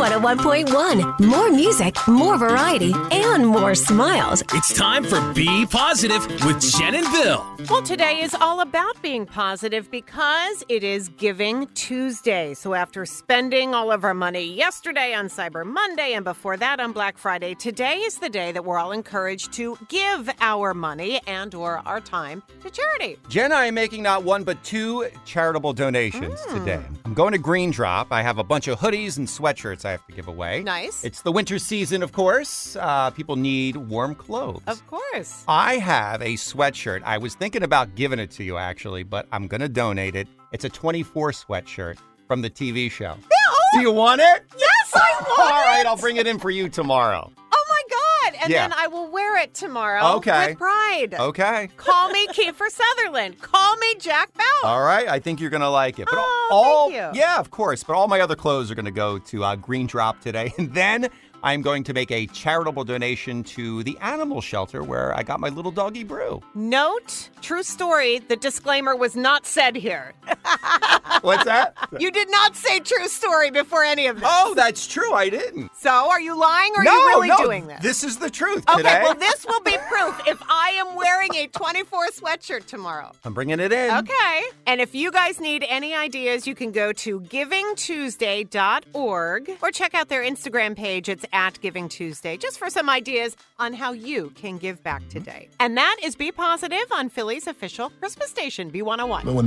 B101.1. More music, more variety, and more smiles. It's time for Be Positive with Jen and Bill. Well, today is all about being positive because it is Giving Tuesday. So, after spending all of our money yesterday on Cyber Monday and before that on Black Friday, today is the day that we're all encouraged to give our money and or our time to charity. Jen and I am making not one but two charitable donations Hmm. today. I'm going to Green Drop. I have a bunch of hoodies and sweatshirts I have to give away. Nice. It's the winter season, of course. Uh, people need warm clothes. Of course. I have a sweatshirt. I was thinking about giving it to you actually, but I'm going to donate it. It's a 24 sweatshirt from the TV show. Do you want it? Yes, oh, I want All right, it! I'll bring it in for you tomorrow. Oh my god. And Yeah. then I will wear it tomorrow Okay. with pride. Okay. Call me Kiefer Sutherland. Call me Jack Bauer. All right, I think you're gonna like it. But Oh, all, thank you. yeah, of course. But all my other clothes are gonna go to uh, Green Drop today, and then I'm going to make a charitable donation to the animal shelter where I got my little doggy Brew. Note, true story, the disclaimer was not said here. What's that? You did not say true story before any of this. oh, that's true. I didn't. So are you lying or are no, you really no, doing this? This is the truth okay, today. well, this will be proof if I am wearing a 24 sweatshirt tomorrow. I'm bringing it in. Okay. And if you guys need any ideas, you can go to givingtuesday.org or check out their Instagram page. It's at Giving Tuesday, just for some ideas on how you can give back today. And that is Be Positive on Philly's official Christmas station, B101.